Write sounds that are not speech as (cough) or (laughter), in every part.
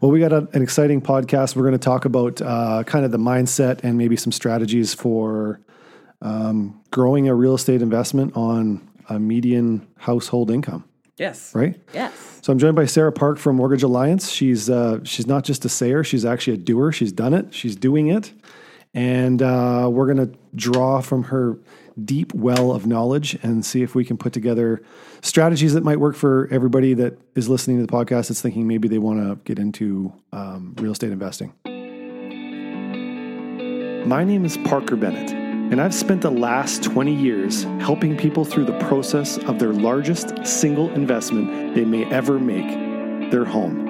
Well, we got a, an exciting podcast. We're going to talk about uh, kind of the mindset and maybe some strategies for um, growing a real estate investment on a median household income, Yes. right? Yes. So I'm joined by Sarah Park from Mortgage Alliance. She's uh, she's not just a sayer; she's actually a doer. She's done it. She's doing it, and uh, we're going to draw from her deep well of knowledge and see if we can put together strategies that might work for everybody that is listening to the podcast. That's thinking maybe they want to get into um, real estate investing. My name is Parker Bennett, and I've spent the last 20 years helping people through the process of their largest single investment they may ever make their home.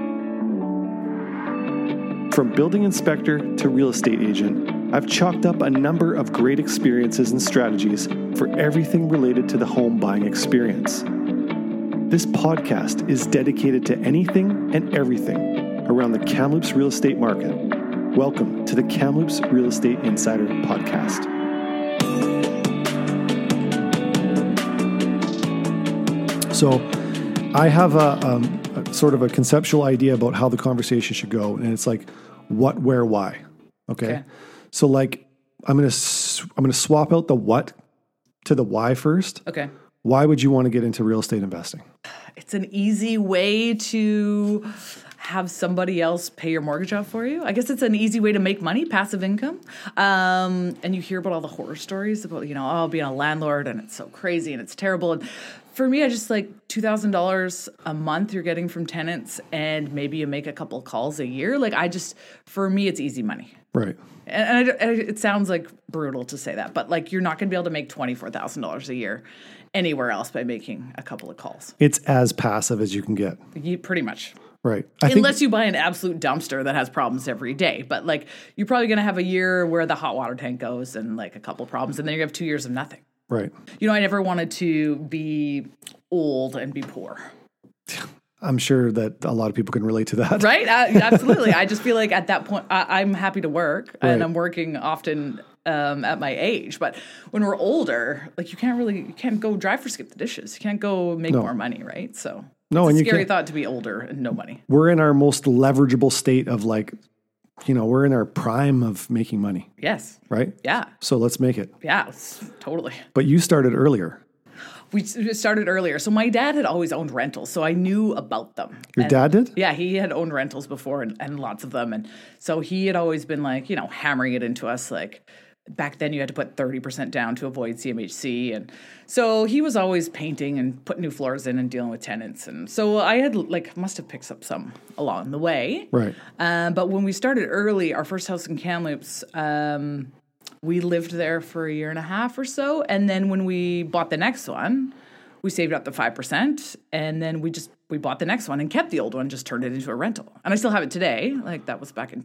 From building inspector to real estate agent, I've chalked up a number of great experiences and strategies for everything related to the home buying experience. This podcast is dedicated to anything and everything around the Kamloops real estate market. Welcome to the Kamloops Real Estate Insider Podcast. So I have a, um, a sort of a conceptual idea about how the conversation should go, and it's like what, where, why. Okay. Okay. So like I'm gonna s- I'm gonna swap out the what to the why first. Okay. Why would you want to get into real estate investing? It's an easy way to have somebody else pay your mortgage off for you. I guess it's an easy way to make money, passive income. Um, and you hear about all the horror stories about, you know, oh, being a landlord and it's so crazy and it's terrible. And for me, I just like $2,000 a month you're getting from tenants and maybe you make a couple calls a year. Like, I just, for me, it's easy money. Right. and, and, I, don't- and I- it sounds like brutal to say that, but like you're not going to be able to make twenty four thousand dollars a year anywhere else by making a couple of calls. It's as passive as you can get. You pretty much, Right. I think unless you buy an absolute dumpster that has problems every day. But like you're probably going to have a year where the hot water tank goes and like a couple problems, and then you have two years of nothing. right. You know, I never wanted to be old and be poor. I'm sure that a lot of people can relate to that. Right? Uh, absolutely. I just feel like at that point, I, I'm happy to work Right. and I'm working often um, at my age. But when we're older, like you can't really, you can't go drive or skip the dishes. You can't go make more money, right? So No, it's and a you scary can't- thought to be older and no money. We're in our most leverageable state of like, you know, we're in our prime of making money, Yes. right? Yeah. So let's make it. Yeah. it's- Totally. But you started earlier. We s- started earlier. So my dad had always owned rentals. So I knew about them. Your And- dad did? Yeah, he had owned rentals before and, and lots of them. And so he had always been like, you know, hammering it into us. Like back then, you had to put 30% down to avoid CMHC. And so he was always painting and putting new floors in and dealing with tenants. And so I had like, must have picked up some along the way. Right. Um, but when we started early, our first house in Kamloops, um, we lived there for a year and a half or so. And then when we bought the next one, we saved up the 5% and then we just we bought the next one and kept the old one just turned it into a rental and i still have it today like that was back in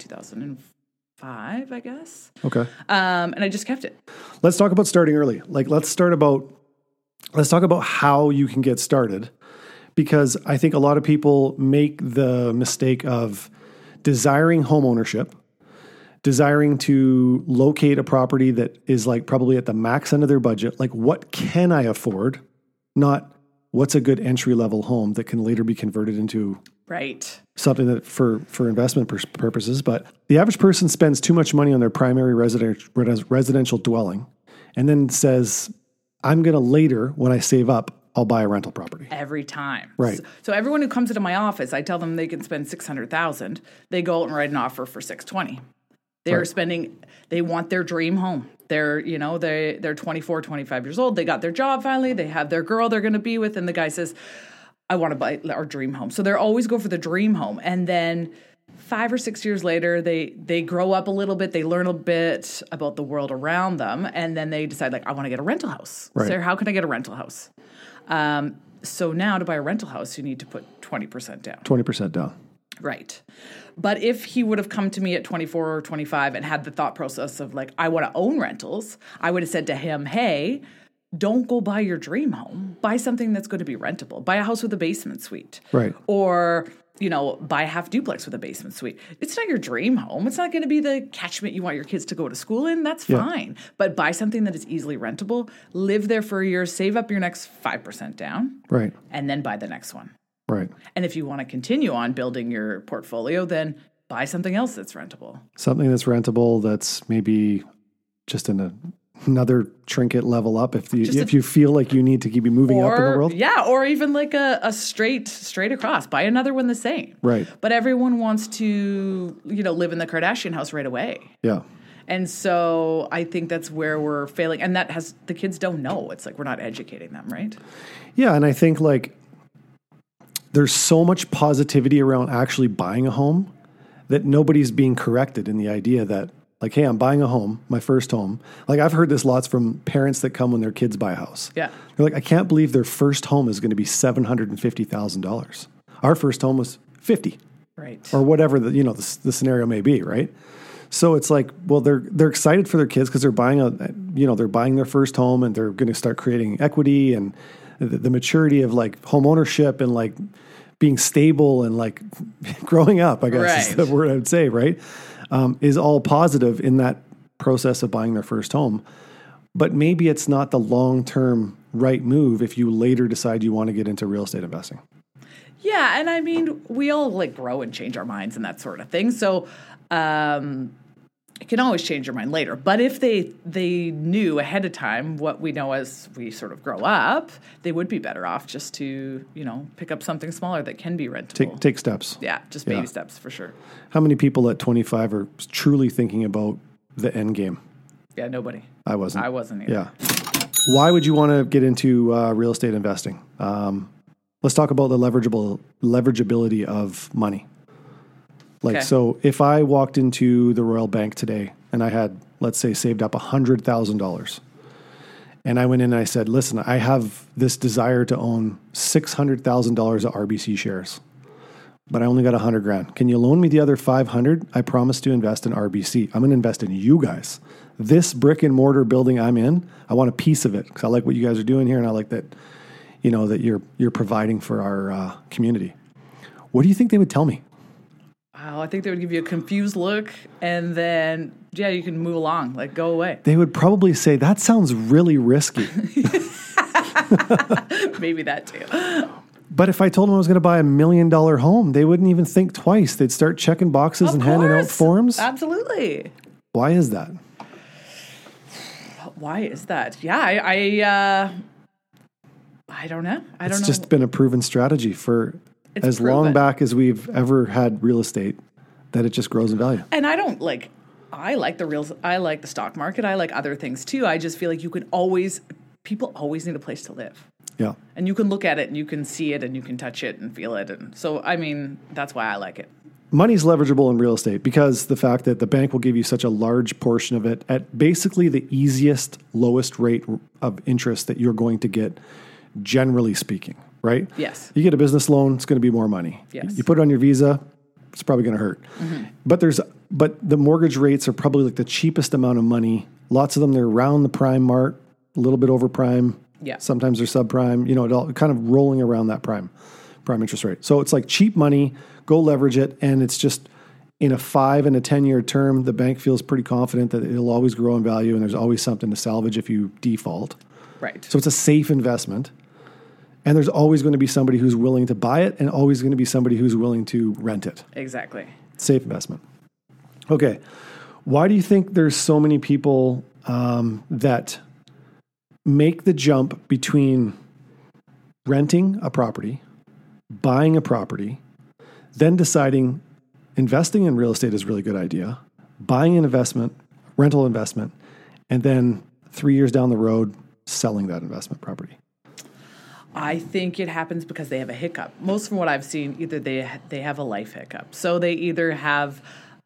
2005 i guess Okay. um, and i just kept it Let's talk about starting early. Like let's start about let's talk about how you can get started because I think a lot of people make the mistake of desiring home ownership, desiring to locate a property that is like probably at the max end of their budget, like what can I afford? Not what's a good entry level home that can later be converted into right something that for for investment pur- purposes, but the average person spends too much money on their primary resident, res- residential dwelling, and then says, "I'm going to later when I save up, I'll buy a rental property." every time Right. so, so everyone who comes into my office i tell them they can spend 600000 they go out and write an offer for 620 they're spending they want their dream home they're you know they they're 24 25 years old they got their job finally they have their girl they're going to be with and the guy says i want to buy our dream home so they're always go for the dream home and then five or six years later they they grow up a little bit they learn a bit about the world around them and then they decide like i want to get a rental house Right. so how can i get a rental house um, so now to buy a rental house you need to put 20% down Twenty percent down. Right. But if he would have come to me at 24 or 25 and had the thought process of like, I want to own rentals, I would have said to him, hey, don't go buy your dream home. Buy something that's going to be rentable. Buy a house with a basement suite. Right. Or, you know, buy a half duplex with a basement suite. It's not your dream home. It's not going to be the catchment you want your kids to go to school in. That's fine. But buy something that is easily rentable, live there for a year, save up your next 5% down, Right. and then buy the next one. Right. And if you want to continue on building your portfolio, then buy something else that's rentable. Something that's rentable that's maybe just in a, another trinket level up if you Just a- if you feel like you need to keep moving up in the world. yeah, or even like a, a straight straight across. Buy another one the same. Right. But everyone wants to, you know, live in the Kardashian house right away. Yeah. And so I think that's where we're failing. And that has the kids don't know. It's like we're not educating them, right? Yeah, and I think like there's so much positivity around actually buying a home that nobody's being corrected in the idea that like hey, I'm buying a home, my first home. Like I've heard this lots from parents that come when their kids buy a house. Yeah. They're like I can't believe their first home is going to be $750,000. Our first home was 50 Right. or whatever the you know the, the scenario may be, right? So it's like, well, they're they're excited for their kids because they're buying a, you know, they're buying their first home and they're going to start creating equity and the, the maturity of like home ownership and like being stable and like (laughs) growing up. I guess is Right. the word I would say, right? Um, is all positive in that process of buying their first home, but maybe it's not the long term right move if you later decide you want to get into real estate investing. Yeah, and I mean, we all like grow and change our minds and that sort of thing. So, um, you can always change your mind later. But if they they knew ahead of time what we know as we sort of grow up, they would be better off just to you know pick up something smaller that can be rentable. Take take steps. yeah, just baby steps for sure. How many people at 25 are truly thinking about the end game? Yeah, nobody. I wasn't. I wasn't either. yeah. Why would you want to get into uh, real estate investing? Um, let's talk about the leverageable leverageability of money. Like, Okay. so if I walked into the Royal Bank today and I had, let's say, saved up hundred thousand dollars, and I went in and I said, "Listen, I have this desire to own six hundred thousand dollars of RBC shares." but I only got a hundred grand. Can you loan me the other five hundred? I promise to invest in RBC. I'm going to invest in you guys. This brick and mortar building I'm in, I want a piece of it because I like what you guys are doing here, and I like that, you know, that you're you're providing for our uh, community. What do you think they would tell me? Wow, I think they would give you a confused look, and then yeah, you can move along. Like go away. (laughs) They would probably say that sounds really risky. Maybe that too. but if I told them I was going to buy a million dollar home, they wouldn't even think twice. They'd start checking boxes and handing out course. forms. Absolutely. Why is that? Why is that? Yeah, I I, uh, I don't know. I don't It's know. just been a proven strategy for It's as long proven. back as we've ever had real estate that it just grows in value. and I don't like. I like the real. I like the stock market. I like other things too. I just feel like you can always. People always need a place to live, Yeah. and you can look at it, and you can see it, and you can touch it, and feel it, and so I mean that's why I like it. Money's leverageable in real estate because the fact that the bank will give you such a large portion of it at basically the easiest, lowest rate of interest that you're going to get, generally speaking, right? Yes. You get a business loan, it's going to be more money. Yes. You put it on your visa, it's probably going to hurt. But there's but the mortgage rates are probably like the cheapest amount of money. Lots of them they're around the prime mark, a little bit over prime. Yeah. Sometimes they're subprime, you know, it all kind of rolling around that prime prime interest rate. So it's like cheap money, go leverage it and it's just in a 5 and a 10 year term, the bank feels pretty confident that it'll always grow in value and there's always something to salvage if you default. Right. So it's a safe investment. And there's always going to be somebody who's willing to buy it and always going to be somebody who's willing to rent it. exactly. Safe investment. Okay. Why do you think there's so many people um, that make the jump between renting a property, buying a property, then deciding investing in real estate is a really good idea, buying an investment, rental investment, and then three years down the road, selling that investment property? I think it happens because they have a hiccup. Most from what I've seen, either they they have a life hiccup, so they either have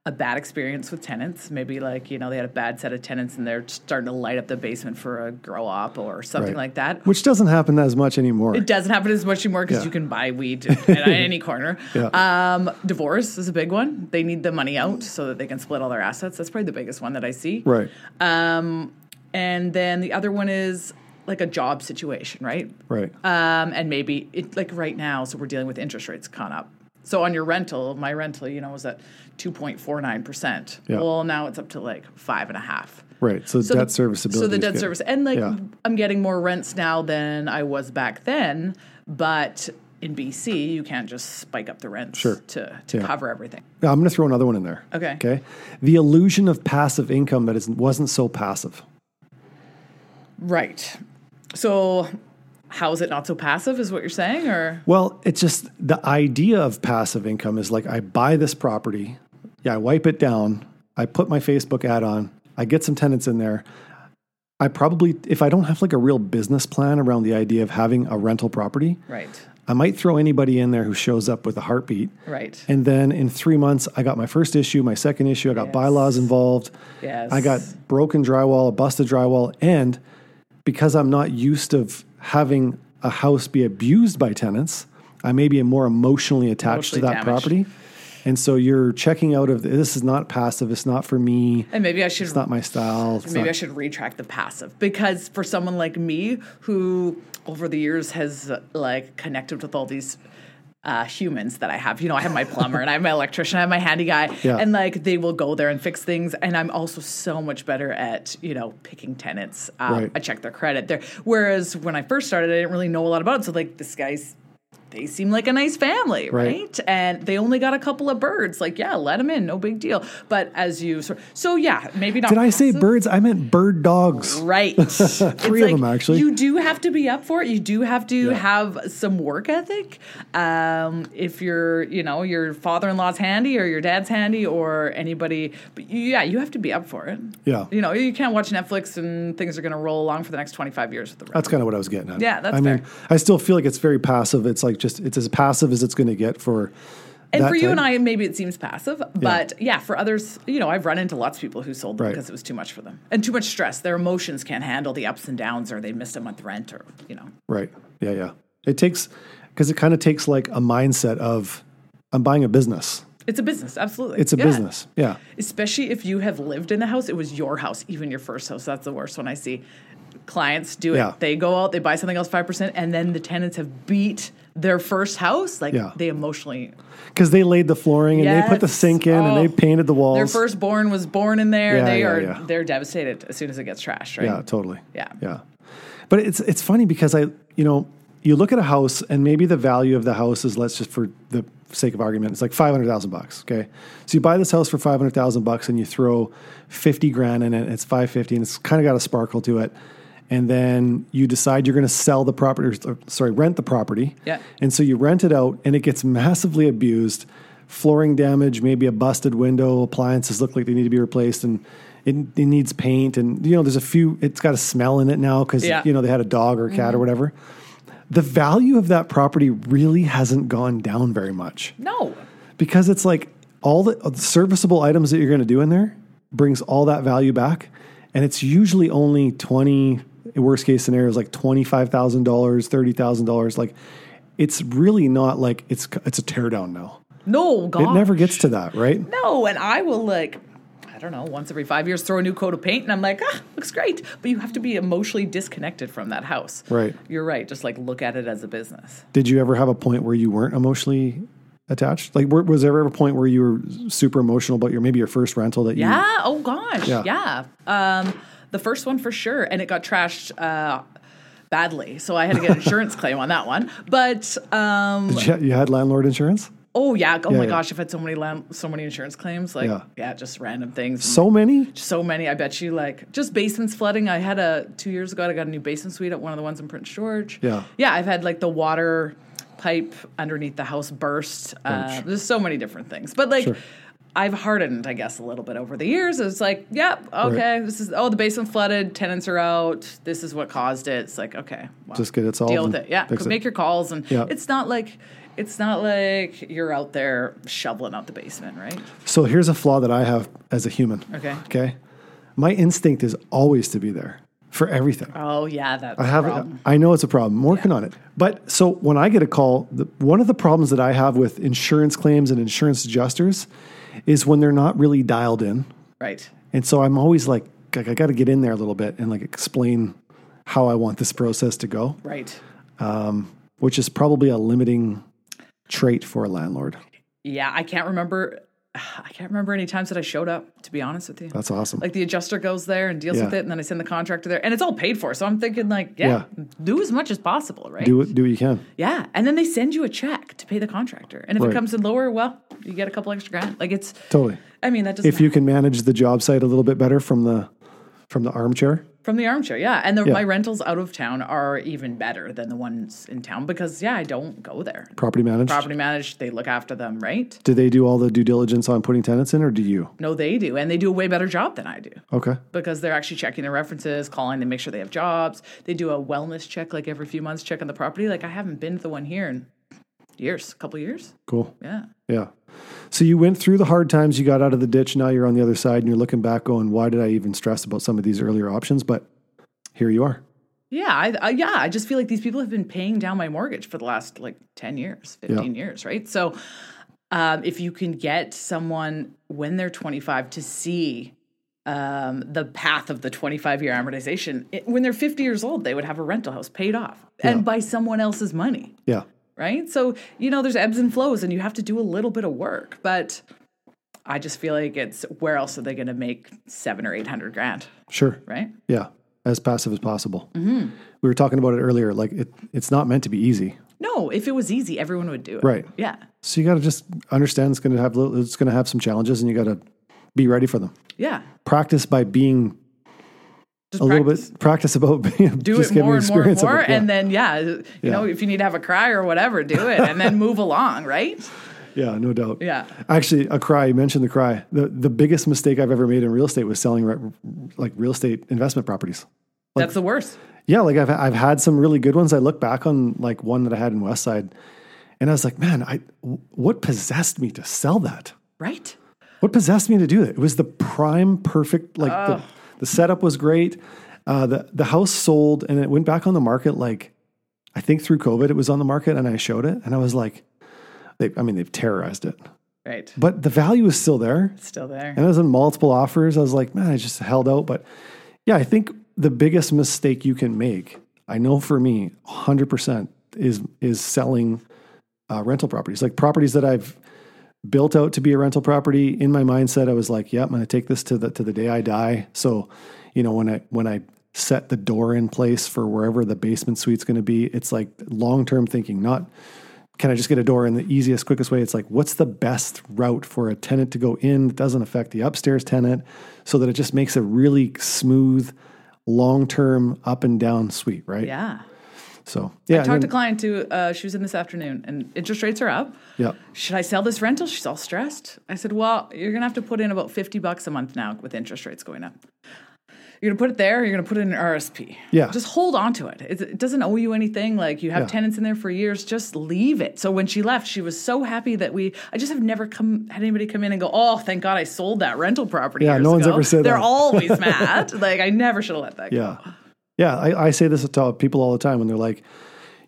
a bad experience with tenants, maybe like you know they had a bad set of tenants and they're starting to light up the basement for a grow up or something Right. like that. Which doesn't happen as much anymore. It doesn't happen as much anymore because Yeah. you can (laughs) buy weed at any corner. Um, divorce is a big one. They need the money out so that they can split all their assets. That's probably the biggest one that I see. Right. Um, and then the other one is like a job situation, right? Right. Um, and maybe it like right now, so we're dealing with interest rates gone up. So on your rental, my rental, you know, was at two point four nine percent. Yeah. Well, now it's up to like five and a half. right. So, So debt the- serviceability. So the is debt good. service, and like Yeah. I'm getting more rents now than I was back then, but in BC, you can't just spike up the rents Sure. to, to Yeah. cover everything. Now, I'm going to throw another one in there. Okay. Okay. The illusion of passive income that is, wasn't so passive. Right. So, how is it not so passive, is what you're saying? Or, Well, it's just the idea of passive income is like I buy this property, yeah, I wipe it down, I put my Facebook ad on, I get some tenants in there. I probably, if I don't have like a real business plan around the idea of having a rental property, right, I might throw anybody in there who shows up with a heartbeat. right. And then in three months, I got my first issue, my second issue, I got bylaws involved. Yes. I got broken drywall, a busted drywall, and because I'm not used of having a house be abused by tenants, I may be more emotionally attached to Emotionally that damaged. property. And so you're checking out of this is not passive, it's not for me, it's And maybe I should not my style. It's maybe I not, should retract the passive because for someone like me who over the years has uh, like connected with all these uh, humans that I have, you know, I have my plumber and I have my electrician, I have my handy guy, Yeah. and like they will go there and fix things. And I'm also so much better at you know picking tenants. Um, Right. I check their credit there. Whereas when I first started, I didn't really know a lot about it. So like this guy's. They seem like a nice family, Right. right? right? And they only got a couple of birds. Like, yeah, let them in, no big deal. But as you, sor- so yeah, maybe not. did I say passive. birds? I meant bird dogs. Right. Three (laughs) Three of them, actually. You do have to be up for it. You do have to have some work ethic. Um, if you're, you know, your father in law's handy or your dad's handy or anybody, but you- yeah, you have to be up for it. Yeah. You know, you can't watch Netflix and things are going to roll along for the next 25 years with the rent. That's kind of what I was getting at. Yeah, that's I mean, fair. I still feel like it's very passive. It's like just it's as passive as it's going to get for. And that for you type. and I, maybe it seems passive, but yeah, for others, you know, I've run into lots of people who sold them Right. because it was too much for them and too much stress. Their emotions can't handle the ups and downs or they missed a month rent or, you know. Right. Yeah, yeah. It takes because it kind of takes like a mindset of I'm buying a business. It's a business, absolutely. It's a Yeah. business. Yeah. especially if you have lived in the house it was your house even your first house that's the worst one i see clients do it Yeah. they go out they buy something else 5% and then the tenants have beat their first house like Yeah. they emotionally Because they laid the flooring and they put the Yes. sink in and Oh. they painted the walls. their firstborn was born in there Yeah, they yeah, are yeah. they're devastated as soon as it gets trashed right yeah, totally. Yeah. Yeah. But it's it's funny because I you know, you look at a house and maybe the value of the house is let's just for the sake of argument, it's like five hundred thousand bucks. Okay. So you buy this house for five hundred thousand bucks and you throw fifty grand in it, it's five fifty and it's kinda got a sparkle to it. And then you decide you're going to sell the property, or, sorry, rent the property. Yeah. And so you rent it out and it gets massively abused. Flooring damage, maybe a busted window, appliances look like they need to be replaced and it, it needs paint. And, you know, there's a few, it's got a smell in it now because, Yeah. you know, they had a dog or a cat or whatever. The value of that property really hasn't gone down very much no because it's like all the uh, serviceable items that you're going to do in there brings all that value back and it's usually only 20 worst case scenarios like $25000 $30000 like it's really not like it's it's a teardown now no god it never gets to that right No, and I will like, I don't know, once every five years throw a new coat of paint, and I'm like, ah, looks great. But you have to be emotionally disconnected from that house. Right. You're right. Just like look at it as a business. did you ever have a point where you weren't emotionally attached like were, was there ever a point where you were super emotional about your maybe your first rental that you Yeah. Oh gosh. Yeah. Yeah. Um, the first one for sure, and it got trashed. Uh, Badly, so I had (laughs) to get an insurance claim on that one. But um, Did you, you had landlord insurance oh yeah, oh my yeah. gosh, I've had so many land, so many insurance claims, like Yeah. yeah, just random things. so many so many. I bet you like just basements flooding. I had a two years ago. I got a new basement suite at one of the ones in Prince George. Yeah. yeah. I've had like the water pipe underneath the house burst. Uh, there's so many different things, but like. Sure. I've hardened, I guess, a little bit over the years. It's like, yep, okay, this is oh, the basement flooded, tenants are out. This is what caused it. It's like, okay, well, Just get it solved Deal and with it. Yeah, fix it. make your calls, and Yeah. it's not like it's not like you're out there shoveling out the basement, right? So here's a flaw that I have as a human. Okay. Okay. My instinct is always to be there for everything. Oh yeah, that's I have. I know it's a problem. I'm working on it. But so when I get a call, the, one of the problems that I have with insurance claims and insurance adjusters is when they're not really dialed in, right. and so I'm always like, like I got to get in there a little bit and like explain how I want this process to go, Right. which is probably a limiting trait for a landlord. Yeah, I can't remember (sighs) I can't remember any times that I showed up, to be honest with you. That's awesome. like the adjuster goes there and deals Yeah. with it, and then I send the contractor there, and it's all paid for. So I'm thinking, like, yeah, do as much as possible, right? do what do what you can. Yeah, and then they send you a check to pay the contractor, and if Right. it comes in lower, well, you get a couple extra grand. Like it's, Totally. I mean, that doesn't If you can manage the job site a little bit better from the from the armchair. From the armchair, yeah. And the, my rentals out of town are even better than the ones in town because, yeah, I don't go there. Property managed. Property managed, they look after them, right? Do they do all the due diligence on putting tenants in or do you? No, they do. And they do a way better job than I do Okay. because they're actually checking their references, calling them, make sure they have jobs. They do a wellness check like every few months, check on the property. Like I haven't been to the one here in years, a couple years. Cool. Yeah. Yeah. So you went through the hard times, you got out of the ditch, now you're on the other side and you're looking back going, why did I even stress about some of these earlier options? But here you are. Yeah, I, I, yeah. I just feel like these people have been paying down my mortgage for the last like ten years, fifteen years, right? So, um, if you can get someone when they're twenty five to see um, the path of the twenty five year amortization, it, when they're fifty years old, they would have a rental house paid off and by someone else's money, Yeah. right? So you know, there's ebbs and flows, and you have to do a little bit of work. But I just feel like it's where else are they going to make seven or eight hundred grand, Sure. right? Mm-hmm. Yeah. As passive as possible. We were talking about it earlier. Like it, it's not meant to be easy. No, if it was easy, everyone would do it, Right. Yeah. So you got to just understand it's going to have little- it's going to have some challenges, and you got to be ready for them. Yeah. Practice by being Just a little bit practice about (laughs) being, Do just it getting more and more and experience of more. it. Yeah. And then, yeah, you know, if you need to have a cry or whatever, do it and then move along, right? yeah, no doubt. Yeah. Actually, a cry. You mentioned the cry. the The biggest mistake I've ever made in real estate was selling re- like real estate investment properties. That's the worst. Yeah, like I've I've had some really good ones. I look back on like one that I had in Westside, and I was like, man, I w- what possessed me to sell that? Right? What possessed me to do that? It was the prime perfect, like the, the setup was great. Uh, the, the house sold and it went back on the market. Like I think through COVID, it was on the market and I showed it and I was like, they, I mean, they've terrorized it, Right. but the value is still there. Still there. And I was in multiple offers. I was like, man, I just held out. But yeah, I think the biggest mistake you can make, I know for me, 100% is, is selling uh, rental properties, like properties that I've built out to be a rental property. In my mindset, I was like, yep, I'm going to take this to the, to the day I die. So, you know, when I, when I set the door in place for wherever the basement suite's going to be, it's like long-term thinking, not, can I just get a door in the easiest, quickest way? It's like, what's the best route for a tenant to go in that doesn't affect the upstairs tenant so that it just makes a really smooth, long term up and down suite, right? Yeah. So, yeah. Talked and to then- a client who uh, she was in this afternoon and interest rates are up. yeah. Should I sell this rental? She's all stressed. I said, Well, you're going to have to put in about 50 bucks a month now with interest rates going up. You're going to put it there, or you're going to put it in an RSP. Yeah. Just hold on to it. It's, it doesn't owe you anything. Like you have Yeah. tenants in there for years, just leave it. So when she left, she was so happy that we, I just have never come, had anybody come in and go, Oh, thank God I sold that rental property. Yeah, years no one's ago." ever said They're that. (laughs) always mad. Like I never should have let that go. Yeah. Yeah. I, I say this to people all the time when they're like,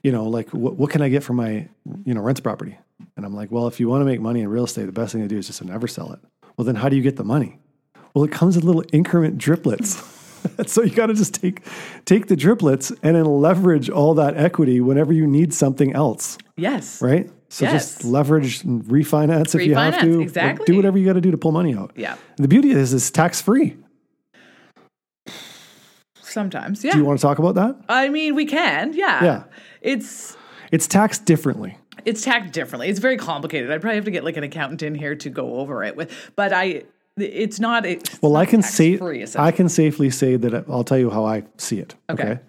you know, like, what, what can I get for my, you know, rent property? And I'm like, well, if you want to make money in real estate, the best thing to do is just to never sell it. Well, then how do you get the money? Well, it comes in little increment driplets. (laughs) so you got to just take take the driplets and then leverage all that equity whenever you need something else, Yes. right? So just Yes. leverage and refinance, if you have Refinance, to. Like, exactly. do whatever you got to do to pull money out. Yeah. The beauty is it's tax free. Sometimes. Yeah. Do you want to talk about that? I mean, we can. Yeah. Yeah. It's, It's taxed differently. it's tacked differently. It's very complicated. I'd probably have to get like an accountant in here to go over it with. But I, it's not. It's Well, not I can say tax-free, is it? I can safely say that it- I'll tell you how I see it. Okay. Okay.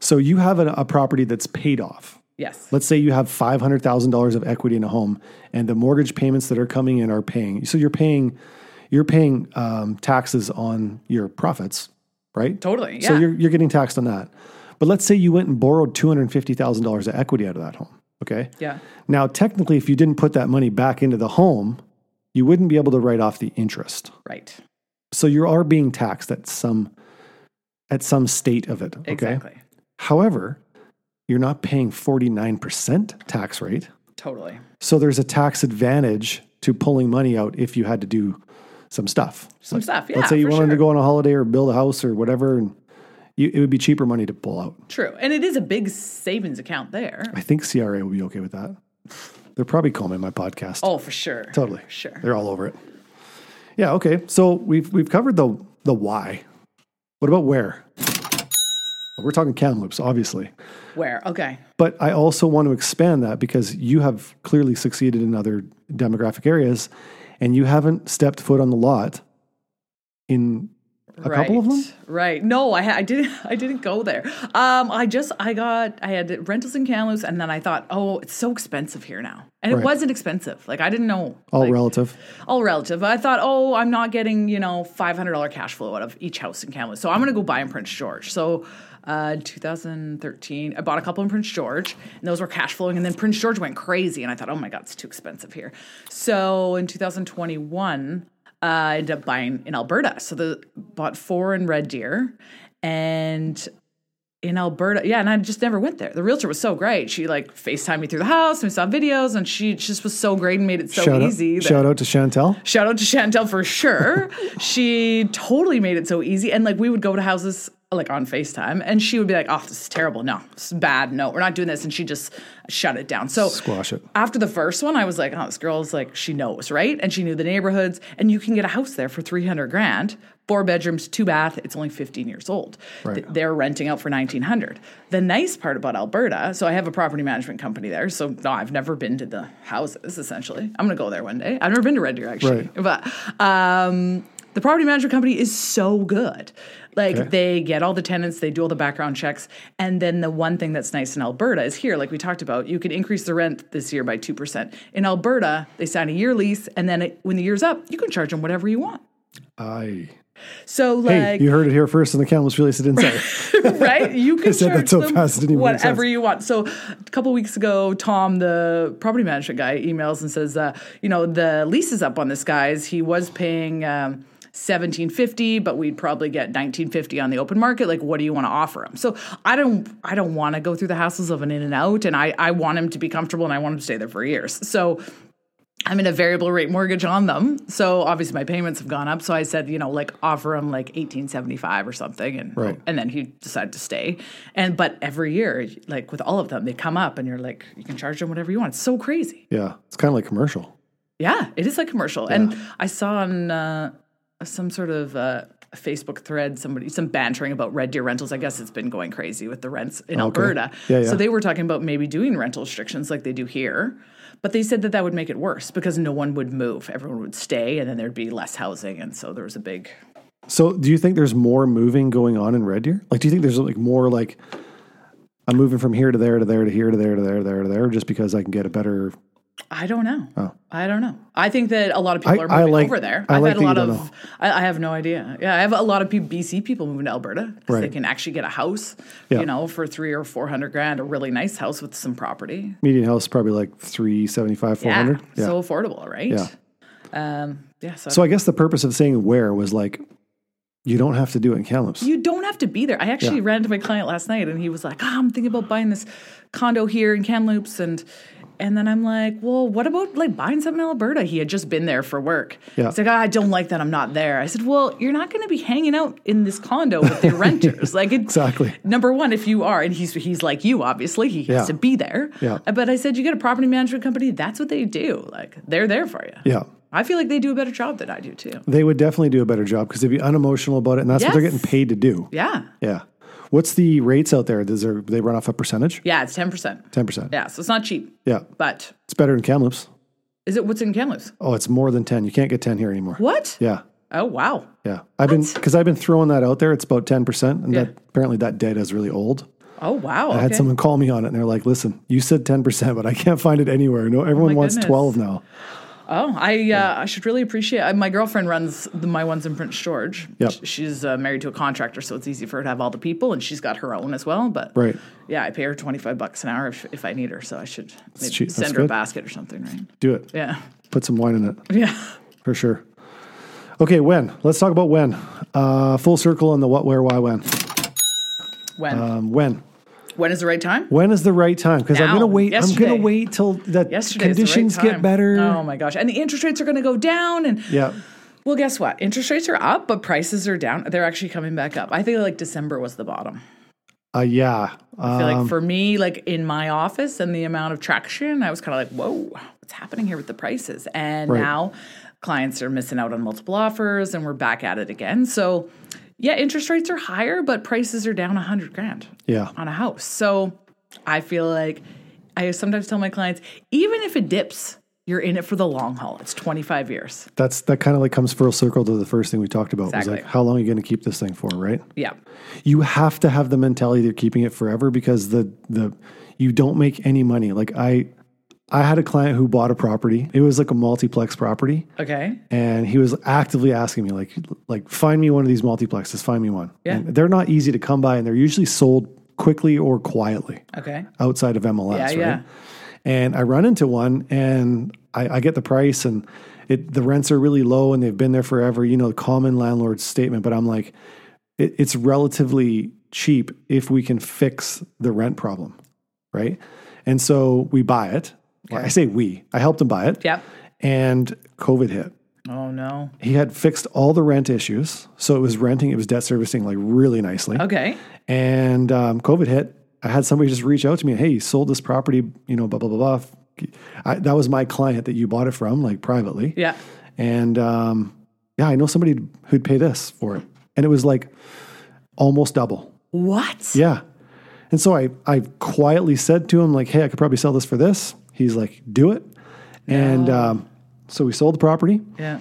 So you have a, a property that's paid off. yes, Let's say you have five hundred thousand dollars of equity in a home, and the mortgage payments that are coming in are paying. So you're paying, you're paying um, taxes on your profits, right? totally. Yeah, So you're you're getting taxed on that. But let's say you went and borrowed two hundred fifty thousand dollars of equity out of that home. Okay. yeah, Now technically, if you didn't put that money back into the home, you wouldn't be able to write off the interest right. so you are being taxed at some at some state of it okay Exactly. however you're not paying 49% tax rate Totally. so there's a tax advantage to pulling money out if you had to do some stuff Some stuff. Yeah. let's say you for wanted to sure. go on a holiday or build a house or whatever and you, it would be cheaper money to pull out True, and it is a big savings account there. i think cra will be okay with that they're probably calling my podcast Oh, for sure. totally For sure. they're all over it Yeah, okay. So we've we've covered the the why. What about where? We're talking Kamloops, obviously. Where? Okay. But I also want to expand that because you have clearly succeeded in other demographic areas and you haven't stepped foot on the lot in a right. couple of them? Right. No, I, ha- I didn't. I didn't go there. Um, I just I got I had rentals in Kamloops, and then I thought, oh, it's so expensive here now, and Right. it wasn't expensive. Like I didn't know. All like, relative. all relative. I thought, oh, I'm not getting you know five hundred dollar cash flow out of each house in Kamloops, so I'm gonna go buy in Prince George. So. Uh, 2013, I bought a couple in Prince George, and those were cash flowing. And then Prince George went crazy, and I thought, oh my god, it's too expensive here. So in 2021, uh, I ended up buying in Alberta. So the bought four in Red Deer, and in Alberta. Yeah, and I just never went there. The realtor was so great. She like FaceTimed me through the house and we saw videos and she just was so great and made it so shout easy. out, that- shout out to Chantel. shout out to Chantel for sure. she totally made it so easy. And like we would go to houses like on FaceTime and she would be like, oh, this is terrible. No, this is bad. No, we're not doing this. And she just shut it down. So Squash it. after the first one, I was like, oh, this girl's like, she knows, right? And she knew the neighborhoods. And you can get a house there for 300 grand, four bedrooms, two bath. It's only 15 years old. Th- Right. They're renting out for 1900. The nice part about Alberta, so I have a property management company there. So no, I've never been to the houses, essentially. I'm going to go there one day. I've never been to Red Deer, actually. But um, the property management company is so good. Like Okay. they get all the tenants, they do all the background checks, and then the one thing that's nice in Alberta is here, like we talked about, you can increase the rent this year by two percent. In Alberta, they sign a year lease, and then it, when the year's up, you can charge them whatever you want. I So Hey, like you heard it here first in the Kamloops Real Estate (laughs) Insider. right? You can said that charge so them fast, it didn't even make whatever sense. you want. So a couple weeks ago, Tom, the property management guy, emails and says, uh, you know, the lease is up on this guy's. He was paying. Um, 1750 but we'd probably get 1950 on the open market like what do you want to offer him so i don't i don't want to go through the hassles of an in and out and i i want him to be comfortable and i want him to stay there for years so I'm in a variable rate mortgage on them. So obviously my payments have gone up. So I said, you know, like offer him like 1875 or something and Right. and then he decided to stay. And but every year like with all of them they come up and you're like you can charge them whatever you want. It's so crazy. yeah, it's kind of like commercial. Yeah, it is like commercial. And I saw on uh, some sort of uh Facebook thread, somebody some bantering about Red Deer rentals. I guess it's been going crazy with the rents in Alberta. Yeah, yeah. So they were talking about maybe doing rental restrictions like they do here, but they said that that would make it worse because no one would move. Everyone would stay, and then there'd be less housing, and so there was a big. So, do you think there's more moving going on in Red Deer? Like, do you think there's like more like I'm moving from here to there to there to here to there to there to there to there just because I can get a better? I don't know. I don't know. I think that a lot of people Oh. I- are I moving like- over there. I I've like had that a you lot don't of. know. I, I have no idea. Yeah, I have a lot of P- BC people moving to Alberta because they Right. can actually get a house, Yeah. you know, for three or four hundred grand, a really nice house with some property. Ah, Median house is probably like 375, 400. Yeah. so affordable, right? Yeah. Um, yeah. So, So, I guess the purpose of saying where was like you don't have to do it in Kamloops. You don't have to be there. I actually ran into my client last night and he was like, oh, I'm thinking about buying this condo here in Kamloops. And and then I'm like, well, what about like buying something in Alberta? He had just been there for work. Yeah. He's like, "Ah, I don't like that. I'm not there. I said, well, you're not going to be hanging out in this condo (laughs) with the renters. Like it, Exactly. Number one, if you are, and he's he's like you, obviously, he Yeah. has to be there. Uh, Yeah. But I said, you get a property management company. That's what they do. Like they're there for you. yeah. I feel like they do a better job than I do too. They would definitely do a better job because they'd be unemotional about it. And that's what they're Yes. getting paid to do. Yeah. Yeah. What's the rates out there? Does there, they run off a percentage? Yeah. It's ten percent. 10%. Yeah. So it's not cheap. Yeah. But It's better in Kamloops. Is it what's in Kamloops? Oh, it's more than 10. You can't get 10 here anymore. What? Yeah. Oh wow. Yeah. I've been, because I've been throwing that out there. It's about 10%. And Yeah. that, apparently that data is really old. Oh wow. I had okay. someone call me on it and they're like, listen, you said 10%, but I can't find it anywhere. No, everyone wants goodness. 12 now. Oh, I uh, I should really appreciate. I, my girlfriend runs the, my ones in Prince George. Yep. Sh- She's uh, married to a contractor, so it's easy for her to have all the people, and she's got her own as well. But Right. Yeah, I pay her twenty five bucks an hour if, if I need her, so I should maybe cheap. That's send her a good. basket or something, right? Do it. Yeah. (laughs) Put some wine in it Yeah. for sure. Okay, when? Let's talk about when. Uh, full circle on the what, where, why, when. When Um, when? when is the right time? When is the right time? Because I'm Now. gonna wait. I'm Yesterday. gonna wait till the Yesterday is the right conditions time. get better. Oh my gosh! And the interest rates are going to go down, and Yeah, well, guess what? Interest rates are up, but prices are down. They're actually coming back up. I think like December was the bottom. uh, yeah. Uh, I feel like for me, like in my office and the amount of traction, I was kind of like, whoa, what's happening here with the prices? And now clients are missing out on multiple offers and we're back at it again. So, yeah, interest rates are higher, but prices are down 100 grand Yeah. on a house. So, I feel like I sometimes tell my clients, even if it dips, you're in it for the long haul. It's 25 years. That's that kind of like comes full circle to the first thing we talked about. Was Exactly. like how long are you going to keep this thing for, right? Yeah. You have to have the mentality that you're keeping it forever because the the you don't make any money. Like I I had a client who bought a property. It was like a multiplex property Okay. and he was actively asking me like like find me one of these multiplexes, find me one. Yeah. And they're not easy to come by and they're usually sold quickly or quietly Okay. outside of MLS, Yeah, right? yeah. And I run into one and I, I get the price and it the rents are really low and they've been there forever, you know, common landlord statement. But I'm like, it, it's relatively cheap if we can fix the rent problem. Right. And so we buy it. Well, I say we. I helped him buy it. Yep. And COVID hit. Oh, no. He had fixed all the rent issues. So it was renting, it was debt servicing like really nicely Okay. and um, COVID hit. I had somebody just reach out to me, hey, you sold this property, you know, blah blah blah blah. I, that was my client that you bought it from, like privately. Yeah. And um, yeah, I know somebody who'd pay this for it, and it was like almost double. What? Yeah. And so I I quietly said to him like, hey, I could probably sell this for this. He's like, do it. And um, so we sold the property. Yeah.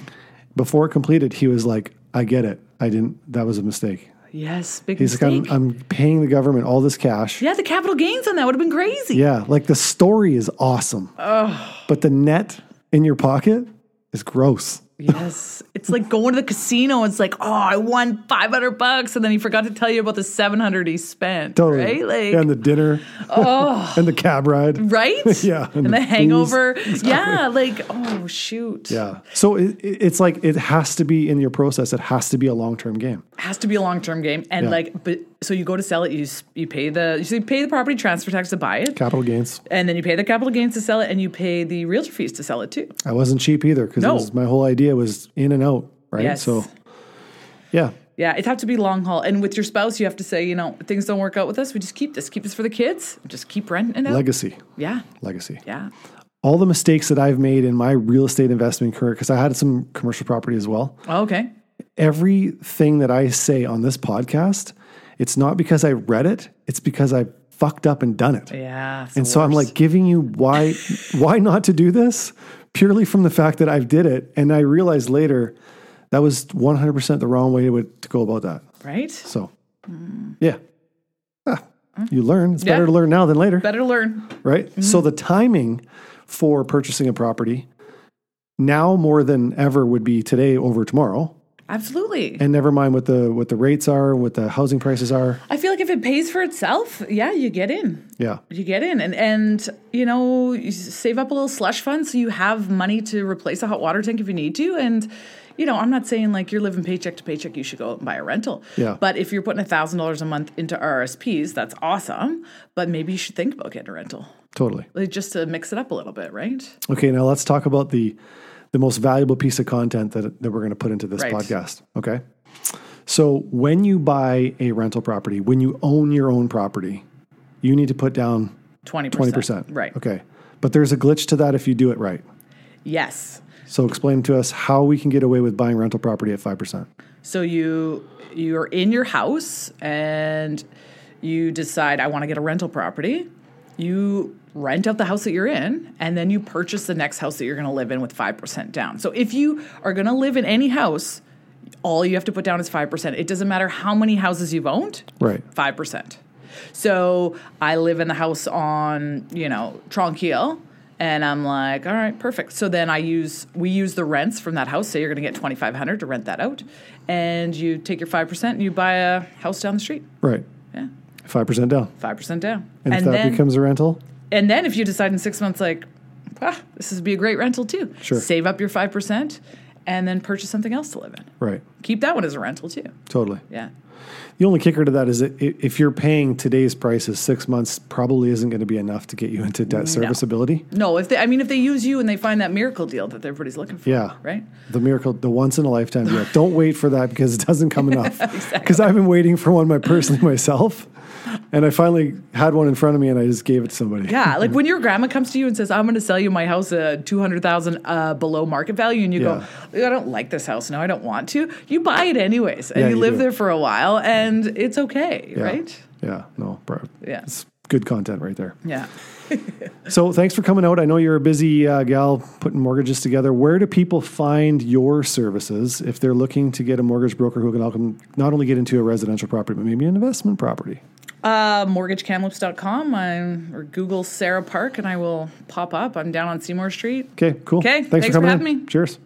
Before it completed, he was like, I get it. I didn't. That was a mistake. Yes. Big He's mistake. like, I'm, I'm paying the government all this cash. yeah, the capital gains on that would have been crazy. Yeah, like the story is awesome. But the net in your pocket is gross. Yes. It's like going to the casino. It's like, oh, I won 500 bucks. And then he forgot to tell you about the 700 he spent. Totally. Right? Oh, and Like, the dinner. and the cab ride. (laughs) right? Yeah, and And, the the, booze. hangover. Yeah. Like, oh, shoot. Yeah. So it, it- it's like it has to be in your process. It has to be a long term game. Has to be a long term game. And Yeah. like, but so you go to sell it, you, s- you pay the, you pay the property transfer tax to buy it. Capital gains. And then you pay the capital gains to sell it and you pay the realtor fees to sell it too. I wasn't cheap either because No. my whole idea was in and out, right? Yes. So yeah. Yeah, it'd have to be long haul. And with your spouse, you have to say, you know, things don't work out with us. We just keep this, keep this for the kids, just keep renting it. out. Legacy. yeah, Legacy. yeah, All the mistakes that I've made in my real estate investment career, because I had some commercial property as well. Oh, okay. everything that I say on this podcast, it's not because I read it, it's because I fucked up and done it. Yeah. and so I'm like giving you why why not to do this purely from the fact that I've did it and I realized later that was 100% the wrong way to, to go about that. right? So yeah. Ah, you learn. It's better Yeah. to learn now than later Better to learn. right? So the timing for purchasing a property now more than ever would be today over tomorrow. Absolutely. And never mind what the what the rates are, what the housing prices are. I feel like if it pays for itself, yeah, you get in. Yeah. You get in, and and you know, you s- save up a little slush fund so you have money to replace a hot water tank if you need to. And you know, I'm not saying like you're living paycheck to paycheck, you should go out and buy a rental. Yeah. But if you're putting a thousand dollars a month into RSPs, that's awesome. But maybe you should think about getting a rental. Totally. Like, just to mix it up a little bit, right? Okay, now let's talk about the the most valuable piece of content that that we're going to put into this Right. podcast, okay? So, when you buy a rental property, when you own your own property, you need to put down Twenty 20%. Right. Okay. But there's a glitch to that if you do it right. Yes. So, explain to us how we can get away with buying rental property at 5%. So you you're in your house and you decide I want to get a rental property. You rent out the house that you're in and then you purchase the next house that you're going to live in with 5% down. So if you are going to live in any house, all you have to put down is 5%. It doesn't matter how many houses you've owned. Right. 5%. So I live in the house on, you know, Tronquil. And I'm like, all right, perfect. So then I use, we use the rents from that house. Say you're going to get 2500 to rent that out. And you take your 5% and you buy a house down the street. Right. Yeah, 5% down. 5% down. And, if that then, becomes a rental, and then if you decide in six months, like, ah, this would be a great rental too. Sure. Save up your 5% and then purchase something else to live in. right. Keep that one as a rental too. Totally. Yeah. The only kicker to that is that i- if you're paying today's prices, six months probably isn't going to be enough to get you into debt serviceability. No, if they, I mean, if they use you and they find that miracle deal that everybody's looking for, Yeah. right? The miracle, the once in a lifetime (laughs) deal. Don't wait for that because it doesn't come enough. Because I've been waiting for one my personally (laughs) myself, and I finally had one in front of me, and I just gave it to somebody. Yeah, like when your grandma comes to you and says, "I'm going to sell you my house at uh, two hundred thousand uh, below market value," and you go, "I don't like this house. No, I don't want to." You buy it anyways, and Yeah, you, you live do. there for a while, and it's okay, Yeah. right? Yeah. No. bro. Yeah. It's good content right there. Yeah. So thanks for coming out. I know you're a busy uh, gal putting mortgages together. Where do people find your services if they're looking to get a mortgage broker who can help them not only get into a residential property but maybe an investment property? Uh, MortgageCamloops.com I'm, or Google Sarah Park, and I will pop up. I'm down on Seymour Street. Okay. Cool. 'Kay, thanks for having in. me. Cheers.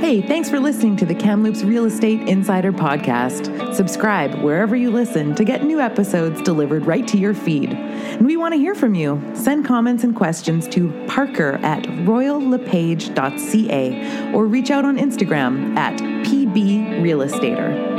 Hey, thanks for listening to the Kamloops Real Estate Insider Podcast. Subscribe wherever you listen to get new episodes delivered right to your feed. And we want to hear from you. Send comments and questions to parker at royallepage.ca or reach out on Instagram at pbrealestater.